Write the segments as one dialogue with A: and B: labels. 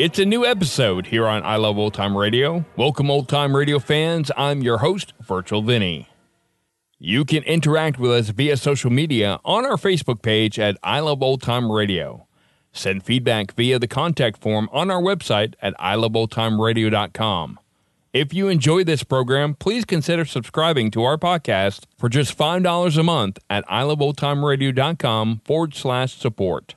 A: It's a new episode here on I Love Old Time Radio. Welcome, old time radio fans. I'm your host, Virtual Vinny. You can interact with us via social media on our Facebook page at I Love Old Time Radio. Send feedback via the contact form on our website at iloveoldtimeradio.com. If you enjoy this program, please consider subscribing to our podcast for just $5 a month at iloveoldtimeradio.com forward slash support.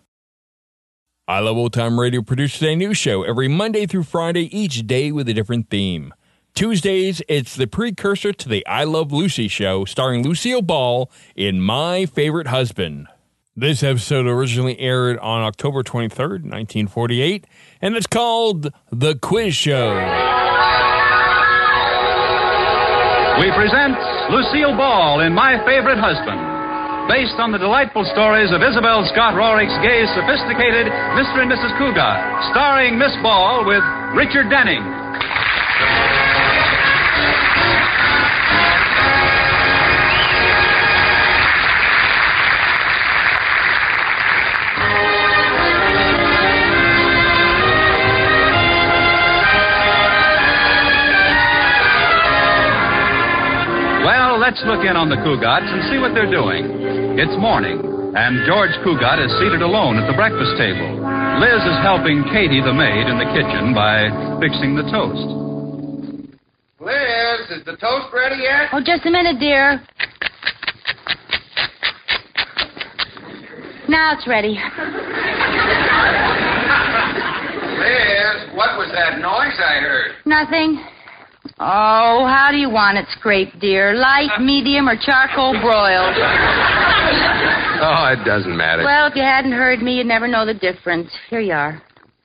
A: I Love Old Time Radio produces a new show every Monday through Friday, each day with a different theme. Tuesdays, it's the precursor to the I Love Lucy show, starring Lucille Ball in My Favorite Husband. This episode originally aired on October 23rd, 1948, and it's called The Quiz Show.
B: We present Lucille Ball in My Favorite Husband, based on the delightful stories of Isabel Scott Rorick's gay, sophisticated Mr. and Mrs. Cougar, starring Miss Ball with Richard Denning. Well, let's look in on the Cougars and see what they're doing. It's morning, and George Cougat is seated alone at the breakfast table. Liz is helping Katie, the maid, in the kitchen by fixing the toast.
C: Liz, is the toast ready yet?
D: Oh, just a minute, dear. Now it's ready.
C: Liz, what was that noise I heard?
D: Nothing? Oh, how do you want it scraped, dear? Light, medium, or charcoal broiled?
C: Oh, it doesn't matter.
D: Well, if you hadn't heard me, you'd never know the difference. Here you are.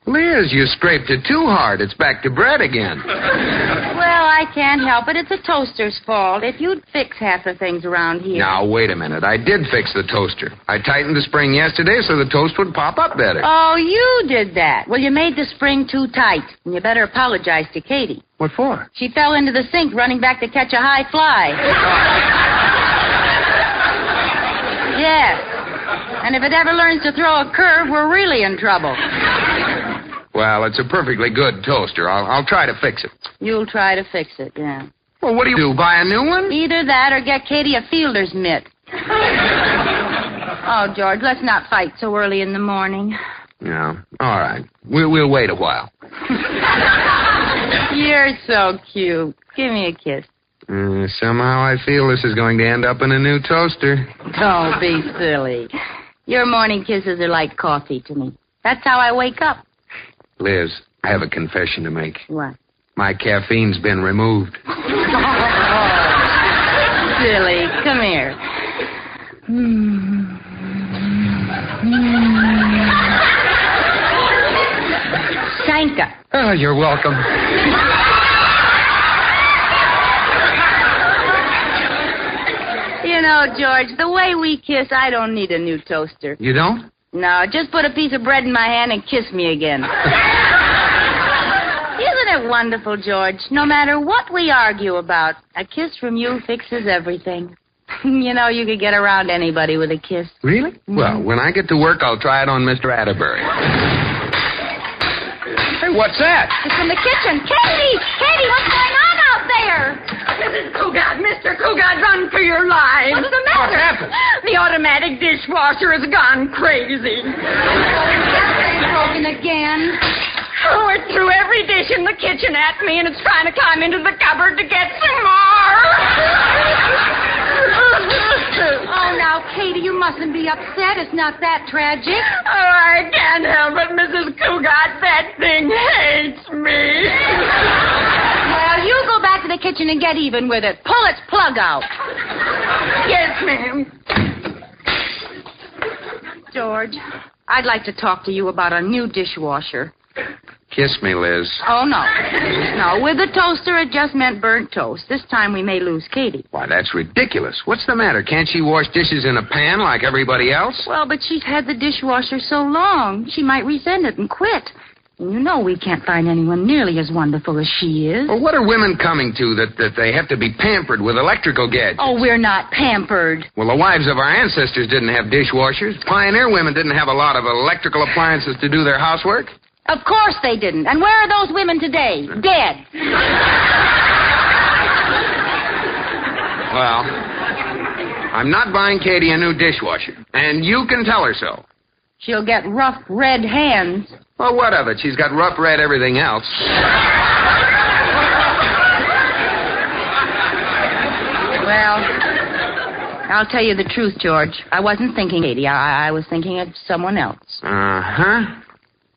C: Liz, you scraped it too hard. It's back to bread again.
D: Well, I can't help it. It's a toaster's fault. If you'd fix half the things around here.
C: Now, wait a minute. I did fix the toaster. I tightened the spring yesterday so the toast would pop up better.
D: Oh, you did that. Well, you made the spring too tight, and you better apologize to Katie.
C: What for?
D: She fell into the sink running back to catch a high fly. yes. And if it ever learns to throw a curve, we're really in trouble.
C: Well, it's a perfectly good toaster. I'll, I'll try to fix it.
D: You'll try to fix it, yeah.
C: Well, what do you do? Buy a new one?
D: Either that or get Katie a fielder's mitt. oh, George, let's not fight so early in the morning.
C: No. All right. We'll, we'll wait a while.
D: You're so cute. Give me a kiss.
C: Uh, somehow I feel this is going to end up in a new toaster.
D: Don't Oh, be silly. Your morning kisses are like coffee to me. That's how I wake up.
C: Liz, I have a confession to make.
D: What?
C: My caffeine's been removed.
D: Silly, come here. Hmm. Sanka.
C: Oh, you're welcome.
D: You know, George, the way we kiss, I don't need a new toaster.
C: You don't?
D: No, just put a piece of bread in my hand and kiss me again. Isn't it wonderful, George? No matter what we argue about, a kiss from you fixes everything. you know, you could get around anybody with a kiss.
C: Really? Well, when I get to work, I'll try it on Mr. Atterbury. hey, what's that?
D: It's in the kitchen. Katie! Katie, what's going on out there?
E: Mrs. Cougat, Mr. Cougat, run for your lives. What's the matter?
C: What happened?
E: The automatic dishwasher has gone crazy.
D: Broken again.
E: Oh, it threw every dish in the kitchen at me, and it's trying to climb into the cupboard to get some more.
D: Oh, now, Katie, you mustn't be upset. It's not that tragic.
E: oh, I can't help it, Mrs. Cougat. That thing hates me.
D: Well, you go back to the kitchen and get even with it. Pull its plug out.
E: yes, ma'am.
D: George, I'd like to talk to you about a new dishwasher.
C: Kiss me, Liz.
D: Oh, no. No, with the toaster, it just meant burnt toast. This time we may lose Katie.
C: Why, that's ridiculous. What's the matter? Can't she wash dishes in a pan like everybody else?
D: Well, but she's had the dishwasher so long, she might resent it and quit. And you know we can't find anyone nearly as wonderful as she is.
C: Well, what are women coming to that, that they have to be pampered with electrical gadgets?
D: Oh, we're not pampered.
C: Well, the wives of our ancestors didn't have dishwashers. Pioneer women didn't have a lot of electrical appliances to do their housework.
D: Of course they didn't. And where are those women today? Dead.
C: Well, I'm not buying Katie a new dishwasher, and you can tell her so.
D: She'll get rough red hands.
C: Well, what of it? She's got rough red everything else.
D: Well, I'll tell you the truth, George. I wasn't thinking Katie. I, I was thinking of someone else.
C: Uh huh.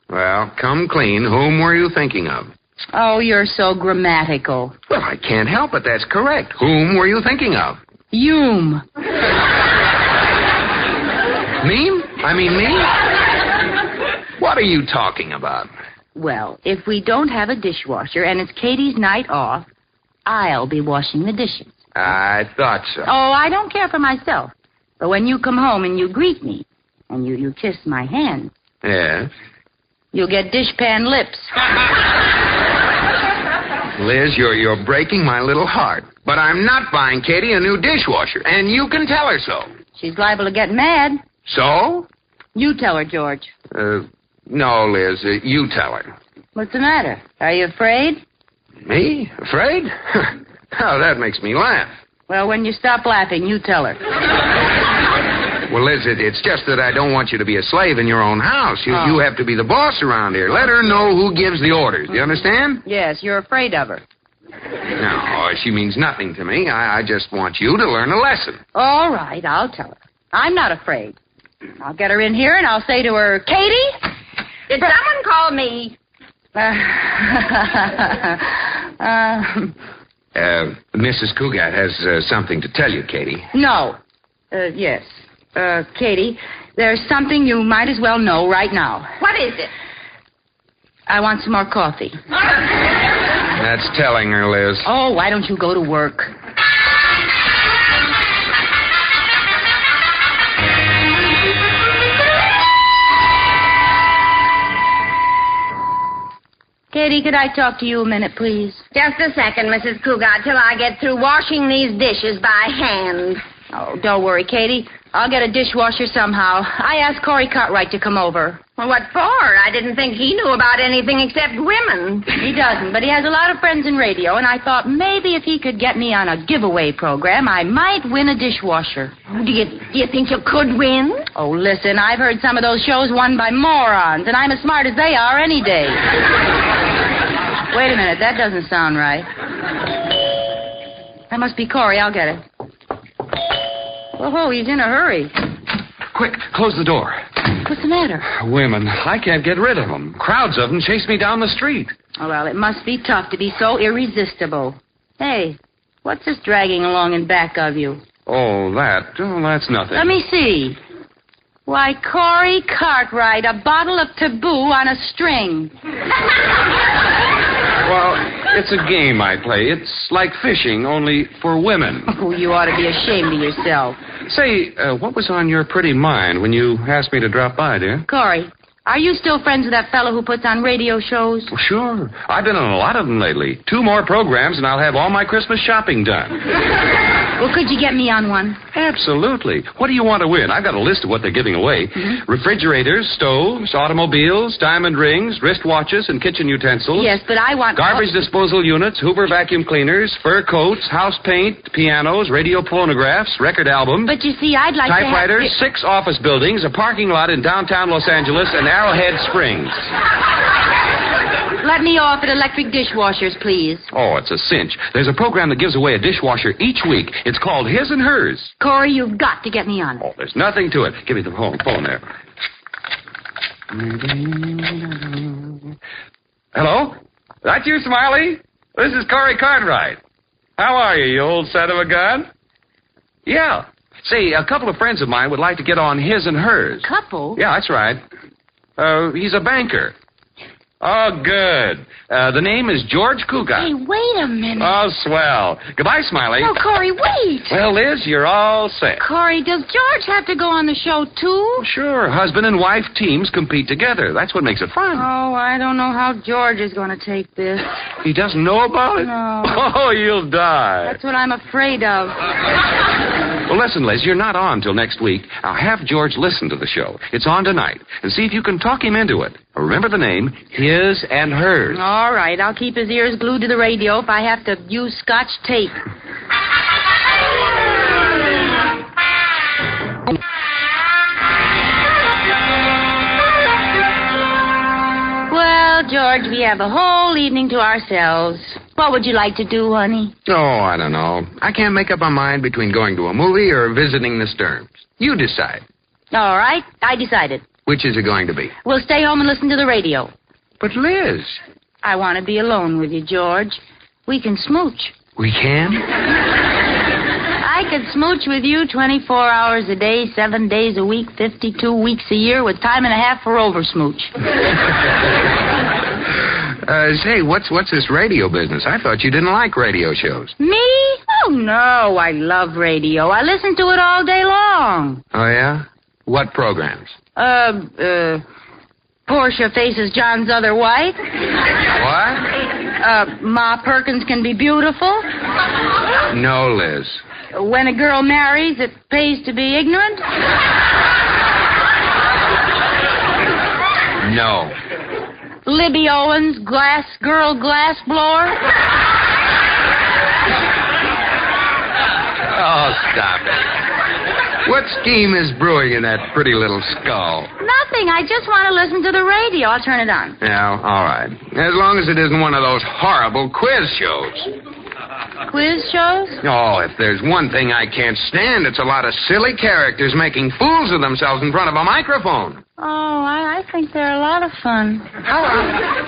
C: Well, come clean. Whom were you thinking of?
D: Oh, you're so grammatical.
C: Well, I can't help it. That's correct. Whom were you thinking of?
D: Hume.
C: Me? I mean, me? What are you talking about?
D: Well, if we don't have a dishwasher and it's Katie's night off, I'll be washing the dishes.
C: I thought so.
D: Oh, I don't care for myself. But when you come home and you greet me, and you, you kiss my hand,
C: Yes.
D: you'll get dishpan lips.
C: Liz, you're, you're breaking my little heart. But I'm not buying Katie a new dishwasher, and you can tell her so.
D: She's liable to get mad.
C: So?
D: You tell her, George.
C: Uh, no, Liz, uh, you tell her.
D: What's the matter? Are you afraid?
C: Me? Afraid? oh, that makes me laugh.
D: Well, when you stop laughing, you tell her.
C: Well, Liz, it, it's just that I don't want you to be a slave in your own house. You,
D: Oh.
C: you have to be the boss around here. Let her know who gives the orders. Do you understand?
D: Yes, you're afraid of her.
C: No, she means nothing to me. I, I just want you to learn a lesson.
D: All right, I'll tell her. I'm not afraid. I'll get her in here and I'll say to her, Katie?
E: Did someone call me?
D: Uh, um,
C: Uh, Mrs. Cougat has uh, something to tell you, Katie.
D: no. Uh, yes. Uh, Katie, there's something you might as well know right now.
E: What is it?
D: I want some more coffee.
C: That's telling her, Liz.
D: Oh, why don't you go to work? Katie, could I talk to you a minute, please?
E: Just a second, Mrs. Cougat, till I get through washing these dishes by hand.
D: Oh, don't worry, Katie. I'll get a dishwasher somehow. I asked Corey Cartwright to come over.
E: Well, what for? I didn't think he knew about anything except women.
D: He doesn't, but he has a lot of friends in radio, and I thought maybe if he could get me on a giveaway program, I might win a dishwasher.
E: Oh, Do you, do you think you could win?
D: Oh, listen, I've heard some of those shows won by morons, and I'm as smart as they are any day. Wait a minute, that doesn't sound right. That must be Corey. I'll get it. Whoa, Oh, he's in a hurry.
C: Oh, Quick, close the door.
D: What's the matter?
C: Women, I can't get rid of them. Crowds of them chase me down the street.
D: Oh, well, it must be tough to be so irresistible. Hey, what's this dragging along in back of you?
C: Oh, that. Oh, that's nothing.
D: Let me see. Why, Corey Cartwright, a bottle of taboo on a string.
C: Well, it's a game I play. It's like fishing, only for women.
D: Oh, you ought to be ashamed of yourself.
C: Say, uh, what was on your pretty mind when you asked me to drop by, dear?
D: Corey, are you still friends with that fellow who puts on radio shows?
C: Sure. I've been on a lot of them lately. Two more programs, and I'll have all my Christmas shopping done.
D: Well, could you get me on one?
C: Absolutely. What do you want to win? I've got a list of what they're giving away refrigerators, stoves, automobiles, diamond rings, wristwatches, and kitchen utensils.
D: Yes, but I want Oh,
C: Garbage disposal units, Hoover vacuum cleaners, fur coats, house paint, pianos, radio phonographs, record albums.
D: But you see, I'd like
C: Typewriters,
D: to.
C: six office buildings, a parking lot in downtown Los Angeles, and Arrowhead Springs.
D: Typewriters. Let me off at electric dishwashers, please.
C: Oh, it's a cinch. There's a program that gives away a dishwasher each week. It's called His and Hers.
D: Corey, you've got to get me on. it.
C: Oh, there's nothing to it. Give me the phone, phone there. Hello? That you, Smiley? This is Corey Cartwright. How are you, you old son of a gun? Yeah. Say, a couple of friends of mine would like to get on his and hers.
D: Couple?
C: Yeah, that's right. Uh, he's a banker. Oh, good. Uh, the name is George
D: Hey,
C: Cougar.
D: wait a minute.
C: Oh, swell. Goodbye, Smiley.
D: no, Corey, wait.
C: Well, Liz, you're all set.
D: Corey, does George have to go on the show too?
C: Sure, husband and wife teams compete together. That's what makes it fun.
D: Oh, I don't know how George is going to take this.
C: He doesn't know about it?
D: No.
C: Oh, you'll die.
D: That's what I'm afraid of.
C: Well, listen, Liz, you're not on till next week. Now, have George listen to the show. It's on tonight. And see if you can talk him into it. Remember the name, his and hers.
D: All right, I'll keep his ears glued to the radio if I have to use scotch tape. Well, George, we have a whole evening to ourselves. What would you like to do, honey?
C: Oh, I don't know. I can't make up my mind between going to a movie or visiting the Sterns. You decide.
D: All right, I decided.
C: Which is it going to be?
D: We'll stay home and listen to the radio.
C: But, Liz,
D: I want to be alone with you, George. We can smooch.
C: we can?
D: I could smooch with you 24 hours a day, 7 days a week, 52 weeks a year, with time and a half for over smooch.
C: Uh, say, what's what's this radio business? I thought you didn't like radio shows.
D: Me? Oh, no, I love radio. I listen to it all day long.
C: Oh, yeah? What programs?
D: Uh, uh, Portia faces John's other wife.
C: What?
D: Uh, Ma Perkins can be beautiful.
C: No, Liz.
D: When a girl marries, it pays to be ignorant.
C: No.
D: Libby Owens, glass girl, glass blower.
C: Oh, stop it. What scheme is brewing in that pretty little skull?
D: Nothing. I just want to listen to the radio. I'll turn it on.
C: Yeah, all right. As long as it isn't one of those horrible quiz shows.
D: Quiz shows?
C: Oh, if there's one thing I can't stand, it's a lot of silly characters making fools of themselves in front of a microphone.
D: Oh, I, I think they're a lot of fun.
C: How,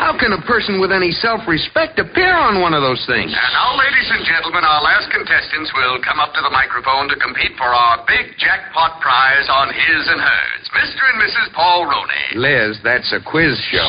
C: how can a person with any self-respect appear on one of those things? And now, ladies and gentlemen, our last contestants will come up to the microphone to compete for our big jackpot prize on his and hers, Mr. and Mrs. Paul Roney. Liz, that's a quiz show.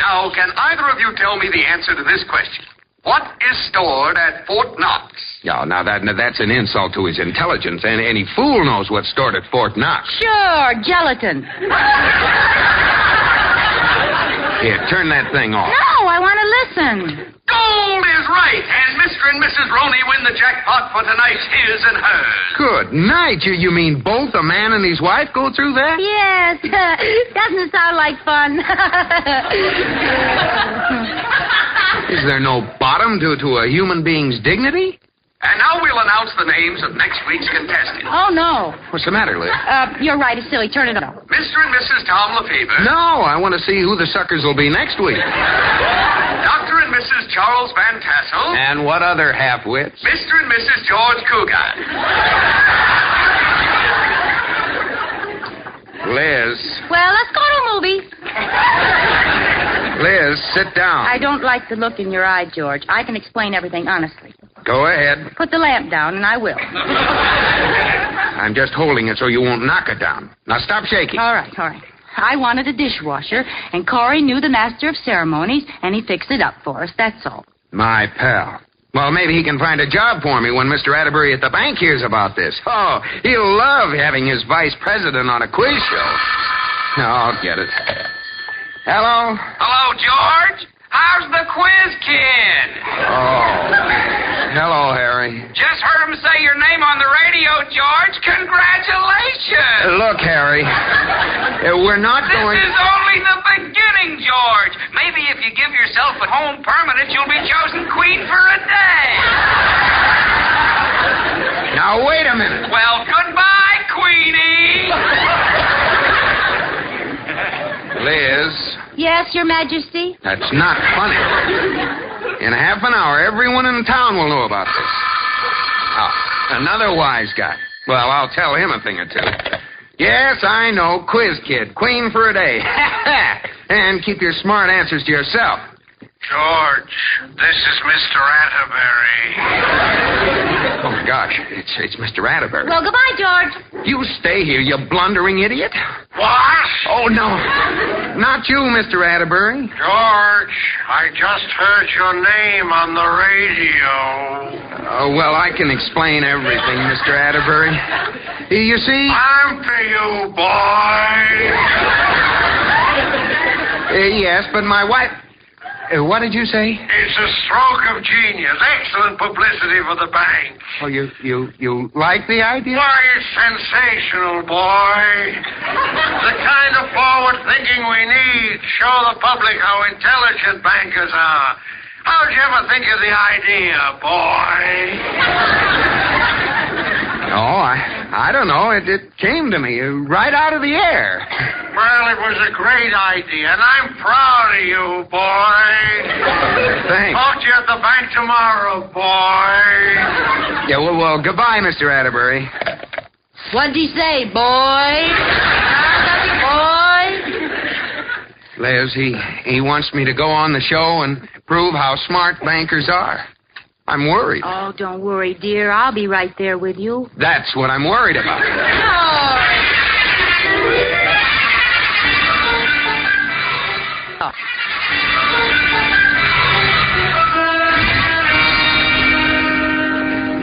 C: Now, can either of you tell me the answer to this question? What is stored at Fort Knox? No, now that that's an insult to his intelligence, and any fool knows what's stored at Fort Knox.
D: Sure, gelatin.
C: Here, turn that thing off.
D: No, I want to listen.
C: Gold is right, and Mr. and Mrs. Roney win the jackpot for tonight's his and hers. Good night. You, you mean both a man and his wife go through that?
D: Yes. Doesn't it sound like fun?
C: Is there no bottom to, to a human being's dignity? And now we'll announce the names of next week's contestants.
D: oh, no.
C: What's the matter, Liz?
D: Uh, you're right. It's silly. Turn it off.
C: Mr. and Mrs. Tom Lefevre. No, I want to see who the suckers will be next week. Dr. and Mrs. Charles Van Tassel. And what other half-wits? Mr. and Mrs. George Cougar. Liz,
D: Well, let's go to a movie.
C: Liz, sit down.
D: I don't like the look in your eye, George. I can explain everything honestly.
C: Go ahead.
D: Put the lamp down, and I will.
C: I'm just holding it so you won't knock it down. Now stop shaking.
D: All right, all right. I wanted a dishwasher, and Corey knew the master of ceremonies, and he fixed it up for us. That's all.
C: My pal. Well, maybe he can find a job for me when Mr. Atterbury at the bank hears about this. Oh, he'll love having his vice president on a quiz show. No, I'll get it. Hello?
F: Hello, George. How's the quiz kid?
C: Oh. Hello, Harry.
F: Just heard him say your name on the radio, George.
C: Uh,
F: Congratulations.
C: Look, Harry. uh, We're not
F: This
C: going.
F: is only the beginning, George. Maybe if you give yourself a home permanent, you'll be chosen queen for a day.
C: Now, wait a minute.
F: Well, goodbye, Queenie.
C: Liz,
D: Yes, Your Majesty?
C: That's not funny. In half an hour, everyone in town will know about this. Oh, another wise guy. Well, I'll tell him a thing or two. Yes, I know. Quiz kid. Queen for a day. and keep your smart answers to yourself.
F: George, this is Mr. Atterbury.
C: Oh, God. gosh, it's, it's Mr. Atterbury.
D: Well, goodbye, George.
C: you stay here, you blundering idiot.
G: What?
C: Oh, no. Not you, Mr. Atterbury.
G: George, I just heard your name on the radio.
C: Oh, well, I can explain everything, Mr. Atterbury. You see,
G: I'm for you, boy.
C: uh, yes, but my wife. Uh, what did you say?
G: It's a stroke of genius. Excellent publicity for the bank.
C: Oh, you you you like the idea?
G: Why, it's sensational, boy. The kind of forward thinking we need. Show the public how intelligent bankers are. How'd you ever think of the idea, boy?
C: No, I I don't know. It it came to me uh, right out of the air.
G: Well, it was a great idea, and I'm proud of you, boy.
C: Thanks.
G: Talk to you at the bank tomorrow, boy.
C: Yeah. Well, well. Goodbye, Mr. Atterbury.
D: What'd you say, boy? boy?
C: Liz, he he wants me to go on the show and prove how smart bankers are. I'm worried.
D: Oh, don't worry, dear. I'll be right there with you.
C: That's what I'm worried about.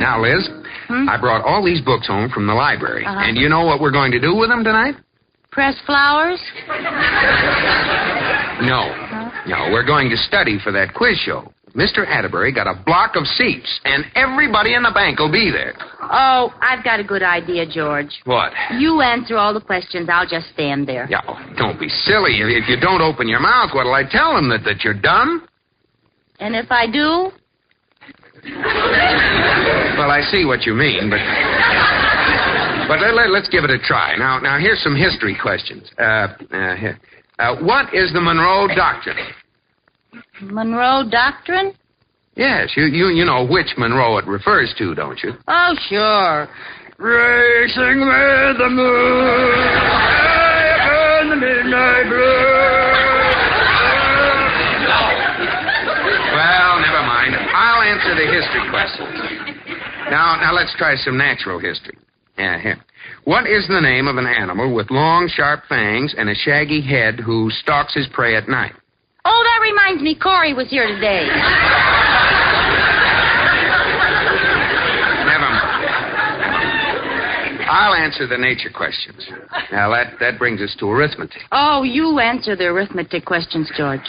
C: Now, Liz, I brought all these books home from the library,
D: Uh-huh.
C: and you know what we're going to do with them tonight?
D: Press flowers?
C: No. No, we're going to study for that quiz show. Mr. Atterbury got a block of seats, and everybody in the bank will be there.
D: Oh, I've got a good idea, George.
C: What?
D: You answer all the questions. I'll just stand there.
C: Yeah, oh, don't be silly. If if you don't open your mouth, what'll I tell them? That, that you're dumb?
D: And if I do,
C: Well, I see what you mean, but. But let, us give it a try. Now, now here's some history questions. Uh, uh, here. Uh, what is the Monroe Doctrine?
D: Monroe Doctrine?
C: Yes, you, you, you know which Monroe it refers to, don't you?
D: Oh, sure.
C: Racing with the moon. high upon the midnight blue. Well, never mind. I'll answer the history questions. Now, now let's try some natural history. Yeah, here. What is the name of an animal with long, sharp fangs and a shaggy head who stalks his prey at night?
D: Oh, that reminds me, Corey was here today.
C: Never mind. Never mind. I'll answer the nature questions. Now, that, that brings us to arithmetic.
D: Oh, you answer the arithmetic questions, George.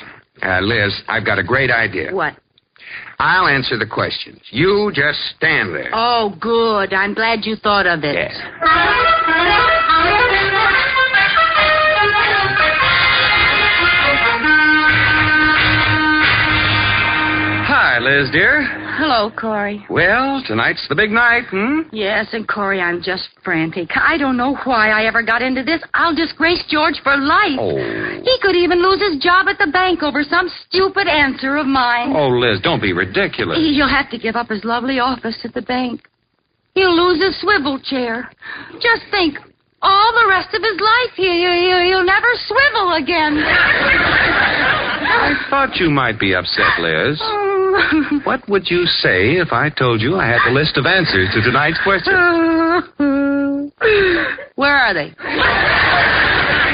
C: Uh, Liz, I've got a great idea.
D: What?
C: I'll answer the questions. You just stand there.
D: Oh, good. I'm glad you thought of it.
C: Yes.
B: Hi, Liz, dear.
D: Hello, Corey.
B: Well, tonight's the big night, hmm?
D: Yes, and Corey, I'm just frantic. I don't know why I ever got into this. I'll disgrace George for life.
C: Oh.
D: He could even lose his job at the bank over some stupid answer of mine.
B: Oh, Liz, don't be ridiculous.
D: He'll have to give up his lovely office at the bank. He'll lose his swivel chair. Just think, all the rest of his life, he, he, he'll never swivel again.
B: I thought you might be upset, Liz.
D: Oh.
B: What would you say if I told you I had the list of answers to tonight's question?
D: Where are they?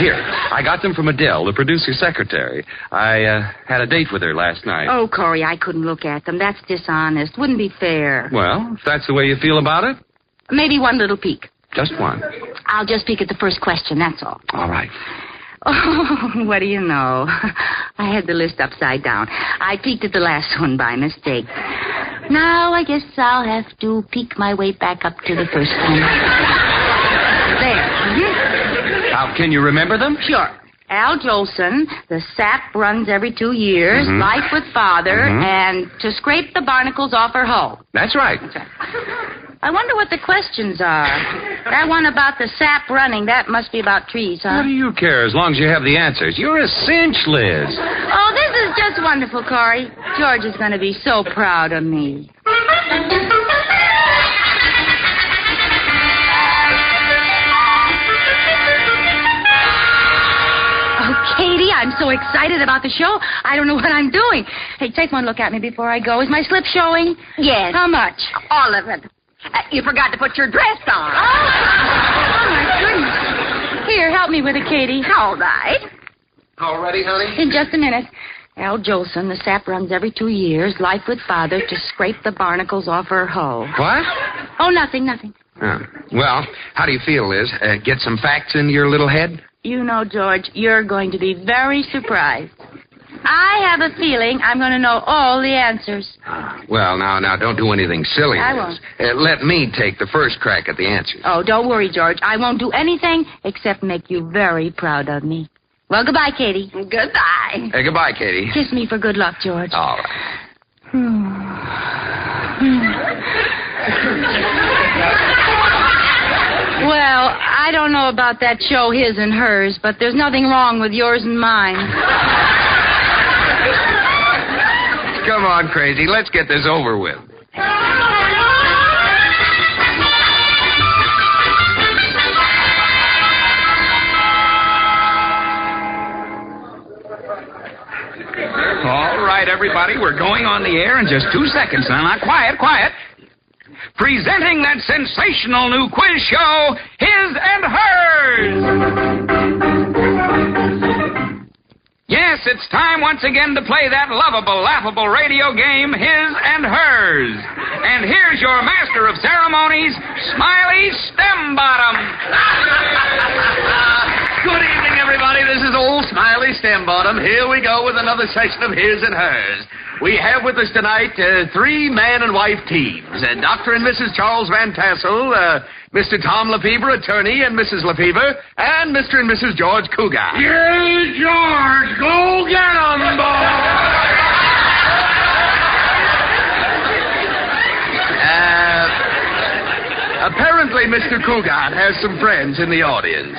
B: Here, I got them from Adele, the producer's secretary. I uh, had a date with her last night.
D: Oh, Corey, I couldn't look at them. That's dishonest. Wouldn't be fair.
B: Well, if that's the way you feel about it,
D: Maybe one little peek.
B: just one.
D: I'll just peek at the first question, that's all.
B: All right.
D: Oh, what do you know? I had the list upside down. I peeked at the last one by mistake. Now I guess I'll have to peek my way back up to the first one. there. Mhm.
B: Now, can you remember them?
D: Sure. Al Jolson, the sap runs every two years, life with father, and to scrape the barnacles off her hull.
B: That's right.
D: I wonder what the questions are. That one about the sap running, that must be about trees,
B: What
D: huh?
B: do you care as long as you have the answers? You're a cinch, Liz.
D: Oh, this is just wonderful, Corey. George is going to be so proud of me. Oh, Katie, I'm so excited about the show. I don't know what I'm doing. Hey, take one look at me before I go. Is my slip showing?
E: Yes.
D: How much?
E: All of it. Uh, you forgot to put your dress on.
D: Oh, my goodness. Here, help me with it, Katie.
E: All right.
C: All ready, honey?
D: In just a minute. Al Jolson, the sap runs every two years, life with father, to scrape the barnacles off her hull.
C: What?
D: Oh, nothing, nothing.
C: Oh. Well, how do you feel, Liz? Uh, get some facts into your little head?
D: You know, George, you're going to be very surprised. I have a feeling I'm going to know all the answers.
C: Well, now, now, don't do anything silly,
D: I
C: Liz. Uh, let me take the first crack at the answers.
D: Oh, don't worry, George. I won't do anything except make you very proud of me. Well, goodbye, Katie.
E: Goodbye.
C: Uh, goodbye, Oh. Katie.
D: Kiss me for good luck, George.
C: All right.
D: Well, I don't know about that show, his and hers, but there's nothing wrong with yours and mine.
C: Come on, crazy. Let's get this over with.
B: All right, everybody, we're going on the air in just two seconds. Now, now, quiet, quiet. Presenting that sensational new quiz show, His and Hers. Yes, it's time once again to play that lovable, laughable radio game, His and Hers. And here's your master of ceremonies, Smiley Stembottom.
C: Good evening, everybody. This is old Smiley Stembottom. Here we go with another session of His and Hers. We have with us tonight uh, three man and wife teams uh, Dr. and Mrs. Charles Van Tassel, uh, Mr. Tom Lefevre, attorney, and Mrs. Lefevre, and Mr. and Mrs. George Cougar.
G: Yay, George! Go get 'em, boy!
C: Uh, apparently, Mr. Cougar has some friends in the audience.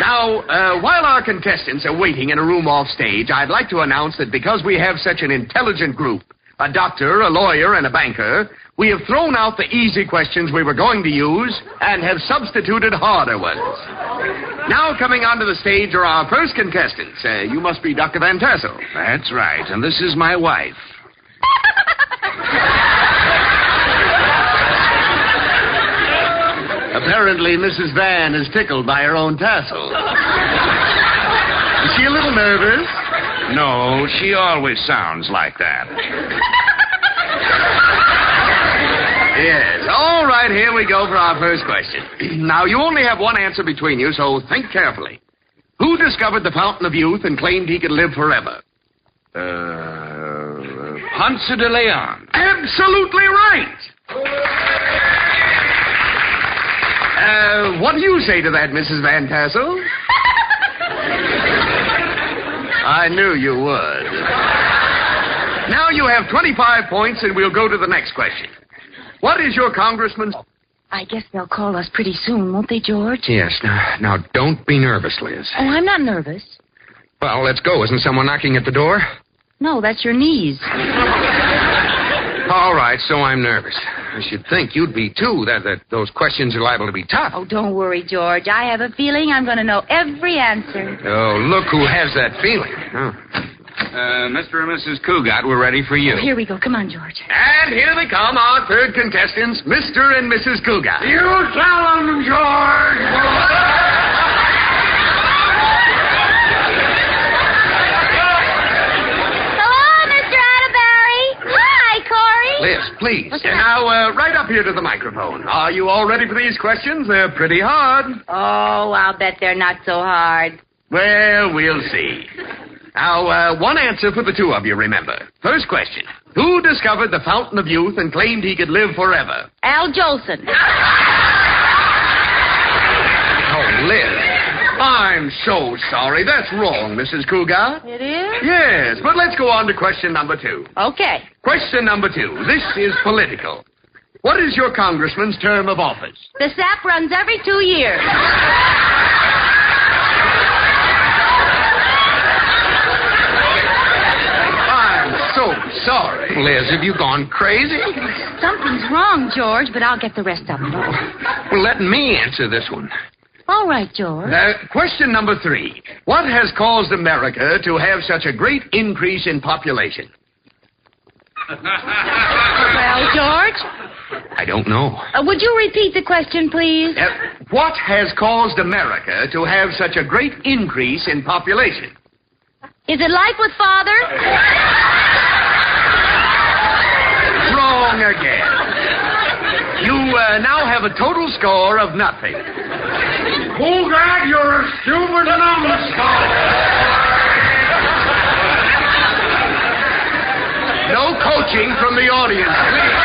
C: Now, uh, while our contestants are waiting in a room off stage, I'd like to announce that because we have such an intelligent group a doctor, a lawyer, and a banker we have thrown out the easy questions we were going to use and have substituted harder ones. Now, coming onto the stage are our first contestants. Uh, you must be Dr. Van Tassel. That's right, and this is my wife. Apparently, Mrs. Van is tickled by her own tassel. is she a little nervous? No, she always sounds like that. yes. All right, here we go for our first question. now, you only have one answer between you, so think carefully. Who discovered the fountain of youth and claimed he could live forever? Uh,
B: Ponce de Leon.
C: Absolutely right. Uh, what do you say to that, Mrs. Van Tassel? I knew you would. Now you have 25 points, and we'll go to the next question. What is your congressman's.
D: I guess they'll call us pretty soon, won't they, George?
C: Yes, now, now don't be nervous, Liz.
D: Oh, I'm not nervous.
C: Well, let's go. Isn't someone knocking at the door?
D: No, that's your knees.
C: All right, so I'm nervous. I should think you'd be too. That, that those questions are liable to be tough.
D: Oh, don't worry, George. I have a feeling I'm going to know every answer.
C: Oh, look who has that feeling. Oh.
B: Uh, Mr. and Mrs. Cougat, we're ready for you.
D: Here we go. Come on, George.
C: And here they come, our third contestants, Mr. and Mrs. Cougar.
G: You tell 'em, George!
E: Hello, Mr. Atterbury. Hi, Corey.
C: Liz, please. Now, uh, right up here to the microphone. Are you all ready for these questions? They're pretty hard.
D: Oh, I'll bet they're not so hard.
C: Well, we'll see. Now, uh, one answer for the two of you, remember. First question Who discovered the fountain of youth and claimed he could live forever?
D: Al Jolson.
C: Oh, Liz. I'm so sorry. That's wrong, Mrs. Cougar.
D: It is?
C: Yes, but let's go on to question number two.
D: Okay.
C: Question number two. This is political. What is your congressman's term of office?
D: The sap runs every two years.
C: I'm so sorry. Liz, have you gone crazy?
D: Something's wrong, George, but I'll get the rest of them.
C: Well, let me answer this one.
D: All right, George.
C: Uh, question number three. What has caused America to have such a great increase in population?
D: Well, George,
C: I don't know.
D: Uh, would you repeat the question, please?
C: Uh, what has caused America to have such a great increase in population?
D: Is it like with Father?
C: Wrong again. You uh, now have a total score of nothing.
G: Cougar, you're a stupid numbskull.
C: No coaching from the audience, please.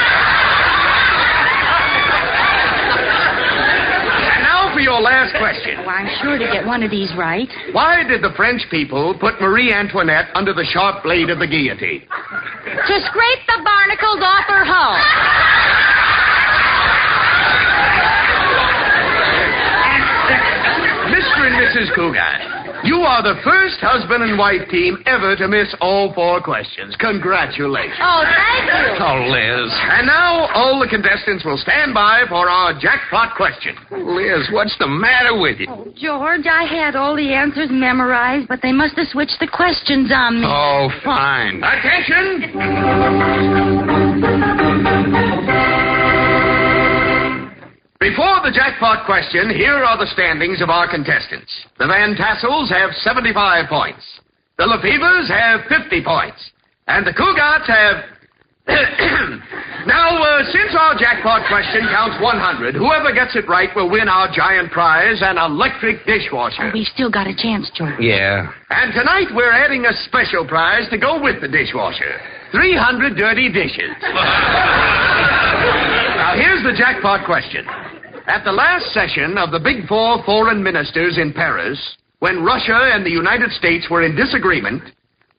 C: And now for your last question.
D: Well, I'm sure to get one of these right.
C: Why did the French people put Marie Antoinette under the sharp blade of the guillotine?
D: To scrape the barnacles off her hull.
C: Mr. and Mrs. Coogan, you are the first husband and wife team ever to miss all four questions. Congratulations.
D: Oh, thank you.
C: Oh, Liz. And now all the contestants will stand by for our jackpot question. Liz, what's the matter with you?
D: Oh, George, I had all the answers memorized, but they must have switched the questions on me.
C: Oh, fine. Attention! Before the jackpot question, here are the standings of our contestants. The Van Tassels have 75 points. The Lefevers have 50 points. And the Cougars have... now, uh, since our jackpot question counts 100, whoever gets it right will win our giant prize, an electric dishwasher.
D: We've still got a chance, George.
C: Yeah. And tonight we're adding a special prize to go with the dishwasher 300 dirty dishes. now, here's the jackpot question. At the last session of the Big Four foreign ministers in Paris, when Russia and the United States were in disagreement,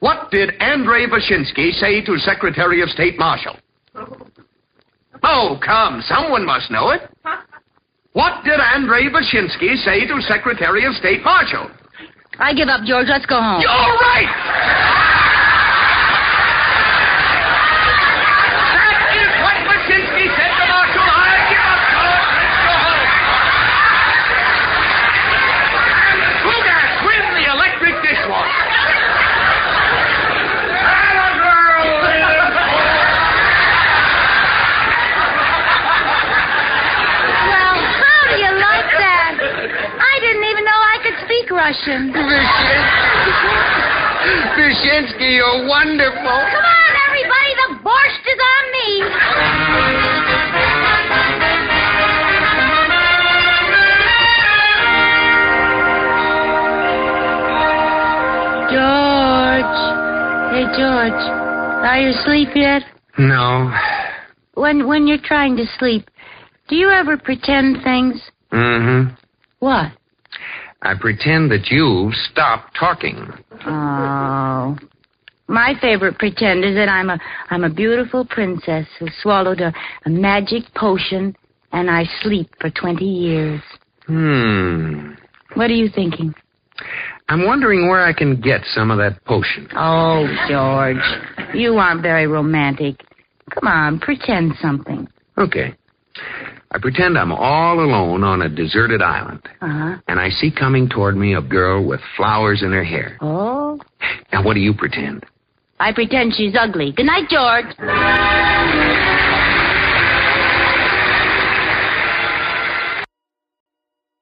C: what did Andrei Vashinsky say to Secretary of State Marshall? Oh, come, someone must know it. What did Andrei Vashinsky say to Secretary of State Marshall?
D: I give up, George. Let's go home.
C: All right. That is what Wyszynski said to Marshall. I give up, George. Let's go home. And the Cougars win the electric dishwasher.
D: Well, how do you like that? I didn't even know I could speak Russian.
C: Vyshinsky, you're wonderful.
D: Come on, everybody, the borscht is on me. George. Hey, George. Are you asleep yet?
C: No.
D: When when you're trying to sleep, do you ever pretend things?
C: Mm-hmm.
D: What?
C: I pretend that you've stopped talking.
D: Oh. My favorite pretend is that I'm a I'm a beautiful princess who swallowed a, a magic potion and I sleep for twenty years.
C: Hmm.
D: What are you thinking?
C: I'm wondering where I can get some of that potion.
D: Oh, George. You aren't very romantic. Come on, pretend something.
C: Okay. I pretend I'm all alone on a deserted island,
D: Uh-huh.
C: and I see coming toward me a girl with flowers in her hair.
D: Oh.
C: Now, what do you pretend?
D: I pretend she's ugly. Good night, George.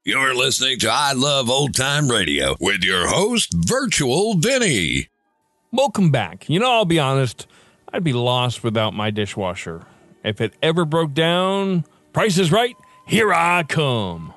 H: You're listening to I Love Old Time Radio with your host, Virtual Vinny.
A: Welcome back. You know, I'll be honest, I'd be lost without my dishwasher. If it ever broke down, price is right, here I come.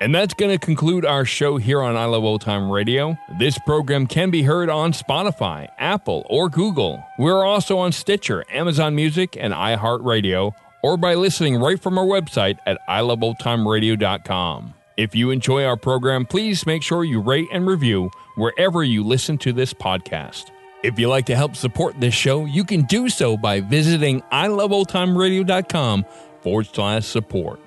A: And that's going to conclude our show here on I Love Old Time Radio. This program can be heard on Spotify, Apple, or Google. We're also on Stitcher, Amazon Music, and iHeartRadio, or by listening right from our website at iloveoldtimeradio.com. If you enjoy our program, please make sure you rate and review wherever you listen to this podcast. If you'd like to help support this show, you can do so by visiting iloveoldtimeradio.com forward slash support.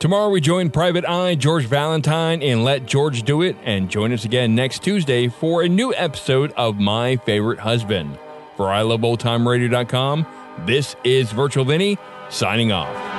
A: Tomorrow we join Private Eye, George Valentine, and Let George Do It, and join us again next Tuesday for a new episode of My Favorite Husband. For iloveoldtimeradio.com, this is Virtual Vinny signing off.